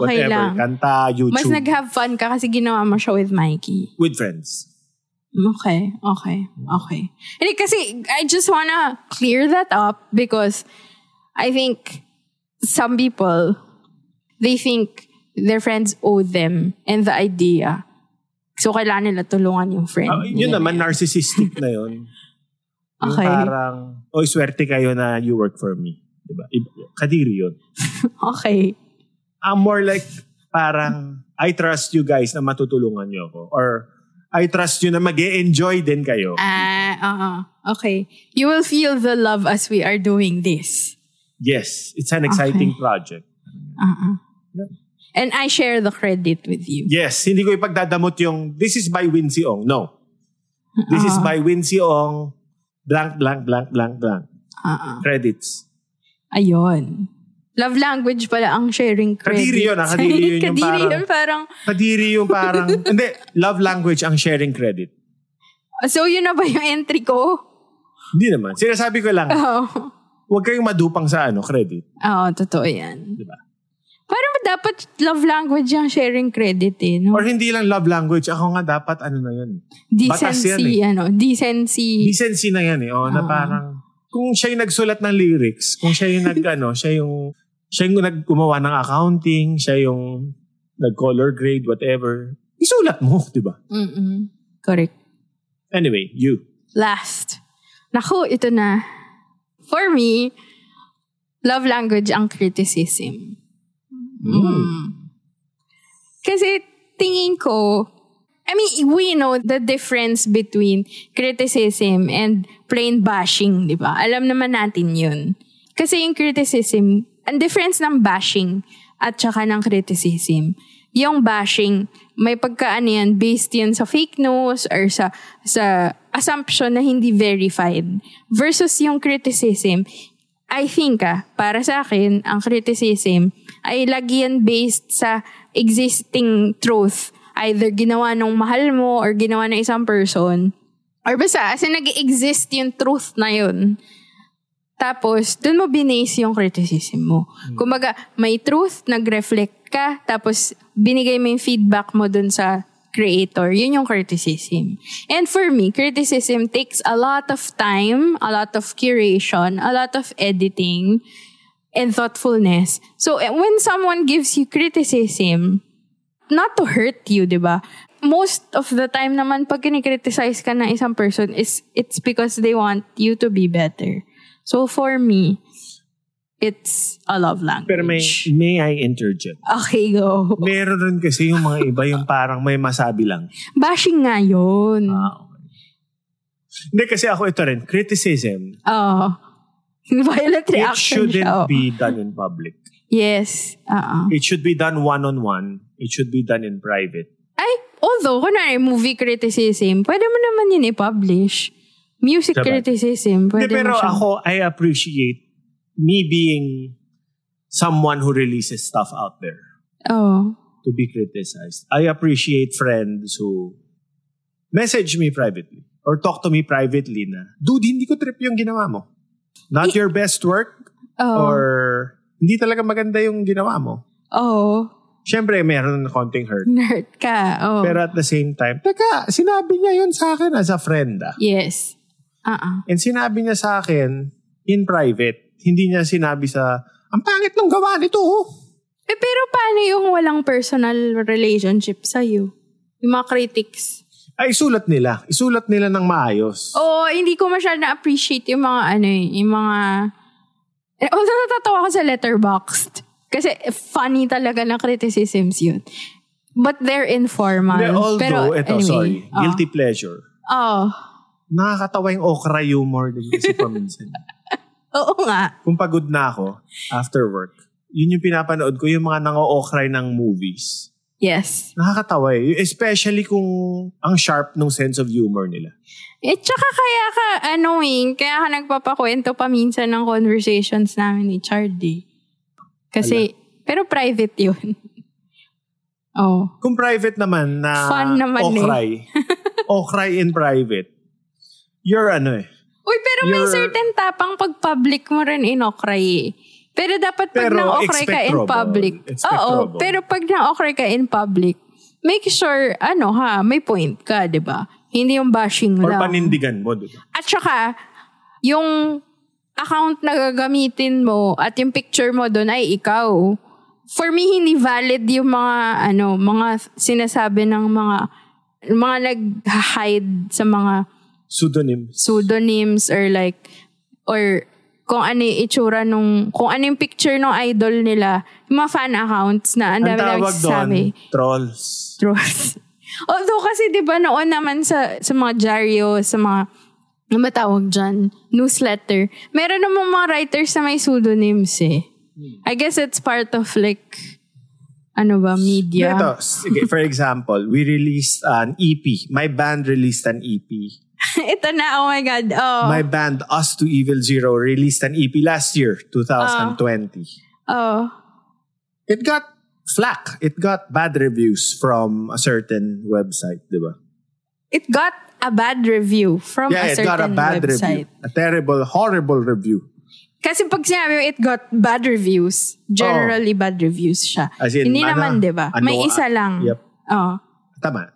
C: Okay
B: whatever,
C: lang.
B: kanta, YouTube,
C: Mas nag-have fun ka kasi ginawa mo siya with Mikey.
B: with friends.
C: Okay, okay, okay. Hindi, kasi I just wanna clear that up because I think some people, they think their friends owe them and the idea. So, kailangan nila tulungan yung friend.
B: Ah, yun naman, narcissistic na yun. Yung
C: Okay.
B: parang, oy, swerte kayo na you work for me. Diba? I- Kadiri yun.
C: Okay.
B: I'm more like, parang, I trust you guys na matutulungan niyo ako. Or, I trust you na mag enjoy din kayo.
C: Ah, oo. Okay. You will feel the love as we are doing this.
B: Yes, it's an exciting project.
C: And I share the credit with you.
B: Yes, hindi ko ipagdadamot yung this is by Wincy Ong. No. This is by Wincy Ong blank blank blank blank blank. Credits.
C: Ayun. Love language pala ang sharing credit.
B: Kadiri yun, ah. Kadiri yun yung
C: Kadiri
B: parang-
C: yun parang
B: Kadiri yung parang hindi love language ang sharing credit.
C: So, yun na ba yung entry ko?
B: Hindi naman. Sinasabi ko lang,
C: Oo.
B: huwag kayong madupang sa ano credit,
C: Oo, totoo yan.
B: di ba?
C: Parang dapat love language yung sharing credit eh. No?
B: Or hindi lang love language, ako nga dapat ano na 'yun. batas yan
C: Decency,
B: eh.
C: ano. Decency.
B: Decency na 'yan eh. Oh, na parang kung siya yung nagsulat ng lyrics, kung siya yung nag ano, siya yung siya yung naggumawa ng accounting, siya yung nag-color grade, whatever. Isulat mo, di ba?
C: Mm-mm. Correct.
B: Anyway, you.
C: Last. Naku, ito na. For me, love language ang criticism.
B: Hmm.
C: Mm. Kasi tingin ko, I mean, we know the difference between criticism and plain bashing, di ba? Alam naman natin yun. Kasi yung criticism, ang difference ng bashing at saka ng criticism, yung bashing, may pagkaano yan, based yan sa fake news or sa, sa assumption na hindi verified. Versus yung criticism, I think ah, para sa akin, ang criticism ay lagi yan based sa existing truth. Either ginawa nung mahal mo or ginawa ng isang person. Or basta, as in, nag-exist yung truth na yun. Tapos, dun mo binase yung criticism mo. Kumbaga, may truth, nag-reflect ka, tapos binigay mo yung feedback mo dun sa creator. Yun yung criticism. And for me, criticism takes a lot of time, a lot of curation, a lot of editing, and thoughtfulness. So, eh, when someone gives you criticism, not to hurt you, di ba? Most of the time naman, pag kinikriticize ka ng isang person, is it's because they want you to be better. So for me, it's a love language.
B: Pero may, may I interject?
C: Okay, go.
B: Meron rin kasi yung mga iba yung parang may masabi lang.
C: Bashing nga yun.
B: Ah. Hindi kasi ako ito rin, criticism,
C: Oo. Ah. Violent
B: it
C: reaction
B: shouldn't
C: siya. oh.
B: be done in public.
C: Yes. Ah, Oo.
B: It should be done one-on-one. It should be done in private.
C: Ay, although, kunwari, movie criticism, pwede mo naman yun i-publish. Music
B: Sabagay.
C: criticism, pwede
B: Hindi, pero
C: mo siya.
B: ako, I appreciate me being someone who releases stuff out there
C: Oo.
B: to be criticized. I appreciate friends who message me privately or talk to me privately na, dude, hindi ko trip yung ginawa mo. Not your best work,
C: Oh.
B: or hindi talaga maganda yung ginawa mo.
C: oh.
B: Siyempre, meron ng konting hurt.
C: Nerd ka. Oh.
B: Pero at the same time, teka, sinabi niya yun sa akin as a friend ah.
C: yes. Uh-uh.
B: And sinabi niya sa akin, in private, hindi niya sinabi sa, ang pangit ng gawa nito oh.
C: Eh, pero paano yung walang personal relationship sa'yo? Yung mga critics.
B: Ay, isulat nila. Isulat nila ng maayos.
C: Oo, hindi ko masyadong na-appreciate yung mga ano eh, yung mga... Eh, Although natatawa ako sa letterboxed. Kasi funny talaga na criticisms yun. But they're informal.
B: Hindi, although,
C: Pero,
B: eto,
C: anyway, ah. uh-uh.
B: sorry.
C: oo.
B: Guilty pleasure.
C: Oo.
B: Nakakatawa yung okra humor din kasi paminsan.
C: Oo nga.
B: Kung pagod na ako, after work, yun yung pinapanood ko, yung mga nango-okray ng movies.
C: Yes.
B: Nakakatawa eh. Especially kung ang sharp ng sense of humor nila.
C: Eh, tsaka kaya ka, ano eh, kaya ka nagpapakwento paminsan ng conversations namin ni Chardy. Kasi, pero private yun. oh.
B: Kung private naman na
C: Fun naman eh.
B: okray, okray in private, you're ano eh.
C: Uy, pero may
B: You're-
C: certain tapang pag public mo rin inokray eh. Pero dapat pag
B: Pero
C: nang-okray ka in
B: expectorable.
C: public. Oo,
B: Expectorable.
C: pero pag nang-okray ka in public, make sure, ano ha, may point ka, di ba? Hindi yung bashing
B: Or
C: lang.
B: panindigan mo. Diba?
C: At saka, yung account na gagamitin mo at yung picture mo doon ay ikaw. For me, hindi valid yung mga, ano, mga sinasabi ng mga, mga nag-hide sa mga
B: Pseudonym.
C: pseudonyms or like, or kung ano yung itsura nung, kung ano yung picture ng idol nila. Yung mga fan accounts na
B: Ang
C: ang dami
B: tawag doon,
C: nagsasabi.
B: trolls.
C: Trolls. Although kasi 'di ba noon naman sa sa mga dyaryo, sa mga ano ba tawag dyan? Newsletter. Meron naman mga writers na may pseudonyms eh. I guess it's part of like ano ba, media.
B: Ito, sige, for example, we released an EP. My band released an EP.
C: Ito na, oh my God. Oh,
B: My band, Us to Evil Zero, released an EP last year, 2020.
C: oh.
B: It got flack. It got bad reviews from a certain website, di ba?
C: It got a bad review from
B: Yeah,
C: a
B: it
C: certain
B: got a bad
C: website.
B: review. A terrible, horrible review.
C: Kasi pag sinabi mo, it got bad reviews. Generally, bad reviews siya.
B: As in,
C: Hindi
B: ano,
C: naman, di ba?
B: ano,
C: May isa
B: ah,
C: lang.
B: yep.
C: Oh.
B: Tama.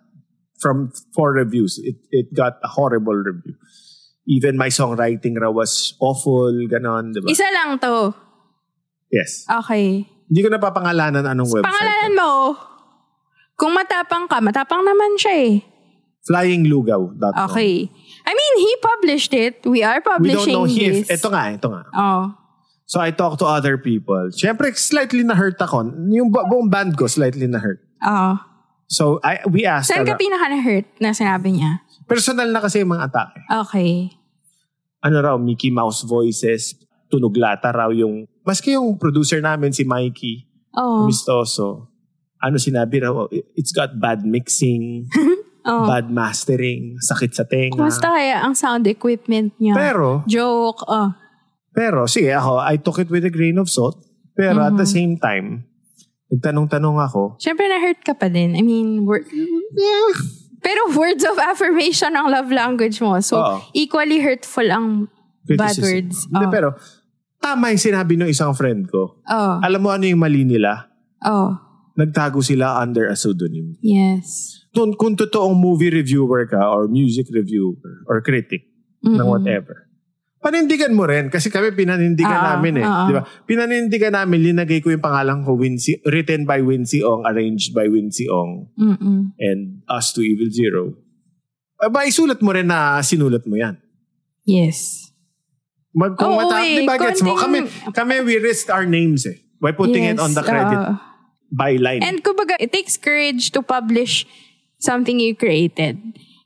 B: From four reviews, it, it got a horrible review. Even my songwriting raw was awful, ganon, di ba?
C: Isa lang to.
B: yes.
C: Okay.
B: Hindi ko napapangalanan anong website.
C: Pangalanan mo. Kung matapang ka, matapang naman siya eh.
B: Flyinglugaw.com.
C: Okay. I mean, he published it. We are
B: Oh. We don't
C: publishing
B: know if.
C: this.
B: Ito nga, ito nga.
C: Oh.
B: So I talk to other people. Siyempre, slightly na-hurt ako. Yung bu- buong band ko, slightly na-hurt.
C: Oh.
B: So I, we asked
C: Saan ka
B: around.
C: pinaka na-hurt na sinabi niya?
B: Personal na kasi yung mga atake.
C: Okay.
B: Ano raw, Mickey Mouse voices, tunog lata raw yung... Maski yung producer namin, si Mikey,
C: Oh.
B: Mistoso, ano sinabi raw, oh, it- it's got bad mixing, bad mastering, sakit sa tenga.
C: Kumusta kaya ang sound equipment niya?
B: Pero,
C: Joke. Oh.
B: Pero sige, ako, I took it with a grain of salt. Pero at
C: Mm-hmm.
B: the same time, nagtanong-tanong ako,
C: Siyempre, na-hurt ka pa din. I mean, wor- pero words of affirmation ang love language mo. So,
B: Oo.
C: equally hurtful ang
B: Oh.
C: bad
B: criticism.
C: words.
B: Hindi,
C: Oh.
B: pero tama yung sinabi ng isang friend ko.
C: oh.
B: Alam mo ano yung mali nila?
C: Oh.
B: Nagtago sila under a pseudonym.
C: Yes.
B: Kung, kung totoong movie reviewer ka or music reviewer or critic ng whatever, panindigan mo rin kasi kami pinanindigan
C: Ah,
B: namin eh.
C: ah, ah.
B: Di ba? Pinanindigan namin, linagay ko yung pangalan ko, Wincy, written by Wincy Ong, arranged by Wincy Ong.
C: Mm-mm.
B: and Us to Evil Zero, aba, isulat mo rin na sinulat mo yan.
C: Yes.
B: Mag, kung
C: Oo,
B: mata-
C: eh,
B: diba, gets mo? Kami,
C: konting-
B: kami, we risked our names eh. By putting it
C: Yes,
B: on the credit
C: oo.
B: by line.
C: and kumbaga, it takes courage to publish something you created.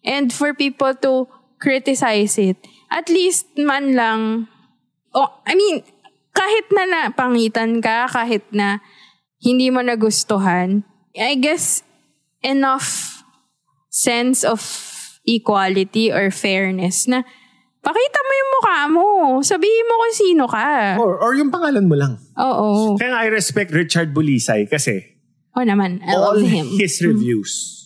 C: And for people to criticize it, at least man lang, oh, I mean, kahit na napangitan ka, kahit na hindi mo nagustuhan, I guess enough sense of equality or fairness na pakita mo yung mukha mo. Sabihin mo kung sino ka.
B: or, or yung pangalan mo lang.
C: Oo.
B: Kaya nga, I respect Richard Bulisay kasi
C: Oo naman. I
B: all
C: love him.
B: his reviews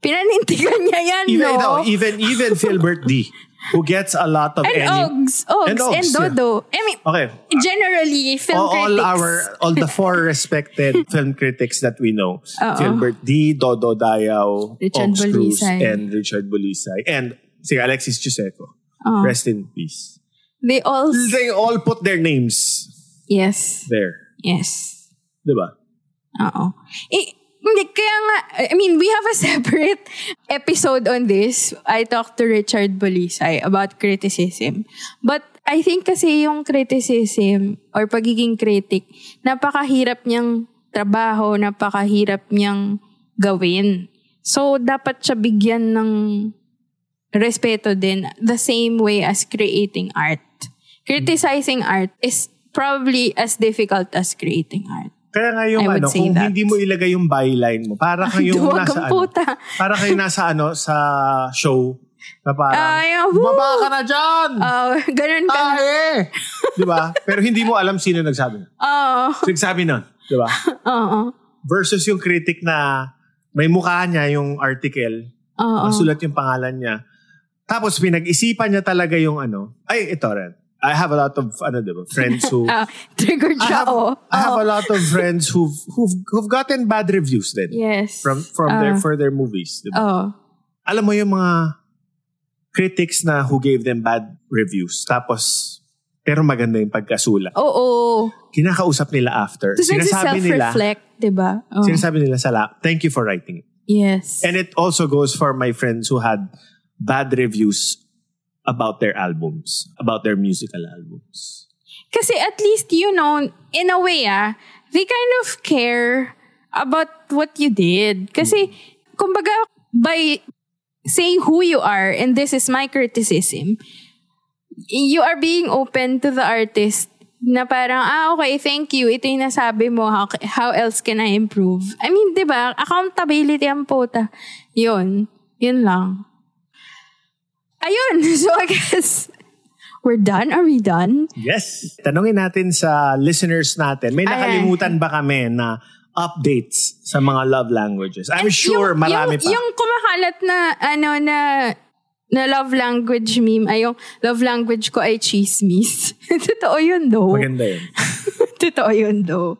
C: Pinanintigan niya yan,
B: Even,
C: no?
B: no, even, even Philbert D, who gets a lot of
C: and
B: any...
C: Ogs, Ogs, and,
B: Ogs, yeah.
C: Dodo. I mean,
B: Okay.
C: generally, film
B: all, all
C: critics.
B: our all the four respected film critics that we know
C: Oo.
B: Philbert D Dodo Dayaw
C: Richard
B: Ox Cruz,
C: Bulisay.
B: and Richard Bulisay and si Alexis Chiseco
C: Oh.
B: rest in peace
C: They all...
B: they all put their names
C: Yes.
B: there
C: Yes.
B: diba
C: Oo. Eh, hindi, kaya nga, I mean, we have a separate episode on this. I talked to Richard Bolisay about criticism. But I think kasi yung criticism or pagiging critic, napakahirap niyang trabaho, napakahirap niyang gawin. So, dapat siya bigyan ng respeto din the same way as creating art. Criticizing art is probably as difficult as creating art.
B: kaya nga yung
C: I would
B: ano
C: say
B: kung
C: that.
B: hindi mo ilagay yung byline mo para kayong nasa
C: Duwag ang
B: ano
C: puta.
B: para kayo nasa ano sa show na parang
C: Ay, ah, woo!
B: bumaba ka na dyan
C: Oh, ganun ka.
B: ay eh diba pero hindi mo alam sino nagsabi
C: Oo.
B: nagsabi nun diba
C: Oo.
B: versus yung critic na may mukha niya yung article,
C: Oo.
B: nasulat yung pangalan niya. Tapos pinag-isipan niya talaga yung ano. Ay, ito rin. I have a lot of ano, diba, friends who
C: Ah, triggered
B: I
C: siya,
B: have,
C: Oh, oo.
B: I have
C: Oo.
B: a lot of friends who've who've who've gotten bad reviews then
C: Yes.
B: from from their for their movies, diba?
C: Ah. Oo.
B: Alam mo yung mga critics na who gave them bad reviews. Tapos pero maganda yung pagkasulat.
C: Oo.
B: Kinakausap nila after.
C: Tapos
B: Sinasabi nila,
C: nagsiself-reflect, di ba? Oo.
B: sinasabi nila sa la, thank you for writing it.
C: Yes.
B: And it also goes for my friends who had bad reviews about their albums, about their musical albums.
C: Kasi at least, you know, in a way, ah, they kind of care about what you did. Kasi, kumbaga, by saying who you are, and this is my criticism, you are being open to the artist na parang, ah, okay, thank you. Ito yung nasabi mo. How, how else can I improve? I mean, di ba? Accountability ang puta. Yun. Yun lang. Ayun. So, I guess, we're done? Are we done?
B: Yes. Tanungin natin sa listeners natin, may
C: Ayan.
B: nakalimutan ba kami na updates sa mga love languages? I'm
C: And
B: sure
C: yung,
B: marami
C: yung,
B: pa.
C: Yung kumakalat na, ano, na, na love language meme, ay yung love language ko ay chismis. Totoo yun, though.
B: Maganda yun.
C: Totoo yun, though.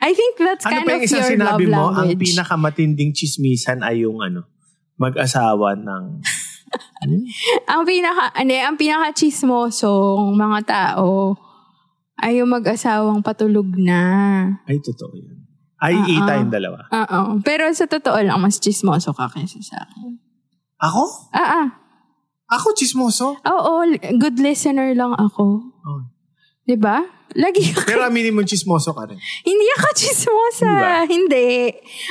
C: I think that's
B: Ano
C: kind
B: pa
C: of
B: yung isang
C: your
B: sinabi
C: love
B: mo? Ang
C: language.
B: pinakamatinding chismisan ay yung ano, mag-asawa ng...
C: ang pinaka, ano, ang pinaka chismosong mga tao ay yung mag-asawang patulog na.
B: Ay, totoo yun. Ay,
C: Ah,
B: ita yung dalawa.
C: Oo. Pero sa totoo lang, mas chismoso ka kaysa sa akin.
B: Ako?
C: Ah, ah.
B: Ako chismoso?
C: Oo, good listener lang ako.
B: Oh.
C: 'Di ba? Lagi ka
B: Pero aminin mo, chismoso ka rin.
C: Hindi ako chismosa.
B: Di ba?
C: Hindi.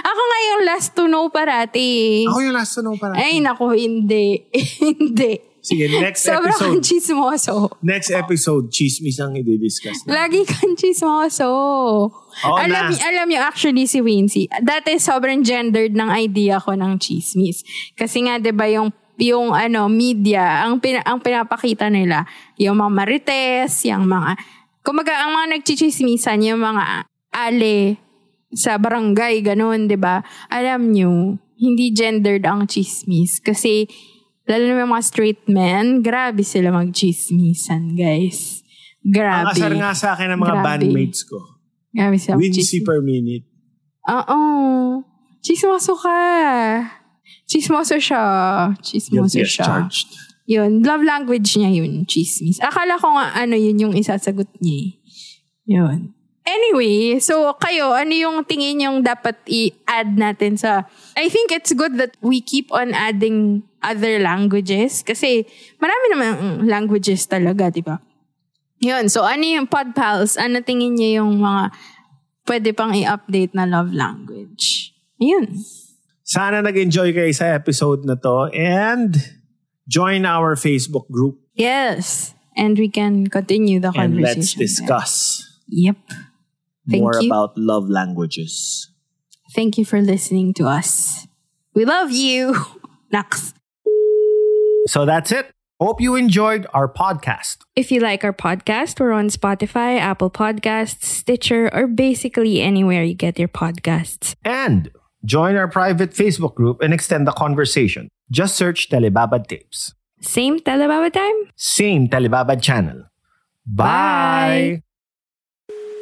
C: Ako nga yung last to know parati.
B: Ako yung last to know para.
C: Ay, naku, hindi. hindi.
B: Sige, next
C: Sobrang
B: episode.
C: chismoso.
B: next episode, chismis ang i-discuss na.
C: Lagi kang chismoso.
B: Oo na.
C: alam, niyo- alam niyo, actually, si Wincy, dati sobrang gendered ng idea ko ng chismis. Kasi nga, di ba, yung yung ano media ang pina, ang pinapakita nila yung mga marites yung mga kumaga ang mga nagchichismisan yung mga ale sa barangay ganun 'di ba alam niyo hindi gendered ang chismis kasi lalo na yung mga straight men grabe sila magchismisan guys
B: ang
C: grabe
B: asar nga sa akin ng mga
C: Grabe.
B: bandmates ko.
C: Grabe sila
B: Wincy
C: magchismis.
B: per minute.
C: Oo. oh. Chismoso ka. Chismoso siya. Chismoso
B: Guilty as
C: siya.
B: charged.
C: Yun. Love language niya yun. Chismis. Akala ko nga ano yun yung isasagot niya eh. Yun. Anyway, so kayo, ano yung tingin yung dapat i-add natin sa... I think it's good that we keep on adding other languages kasi marami naman languages talaga, di ba? Yun, so ano yung pod pals? Ano tingin niyo yung mga pwede pang i-update na love language? Yun.
B: Sana nag-enjoy kayo sa episode na to and join our Facebook group
C: Yes. And we can continue the
B: and
C: conversation.
B: let's
C: there.
B: discuss
C: Yep. Thank
B: more
C: you.
B: about love languages.
C: Thank you for listening to us. We love you. Next.
B: So that's it. Hope you enjoyed our podcast.
C: If you like our podcast, we're on Spotify, Apple Podcasts, Stitcher, or basically anywhere you get your podcasts.
B: And Join our private Facebook group and extend the conversation. Just search Telebabad Tapes.
C: Same Telebaba time?
B: Same Telebabad channel. Bye.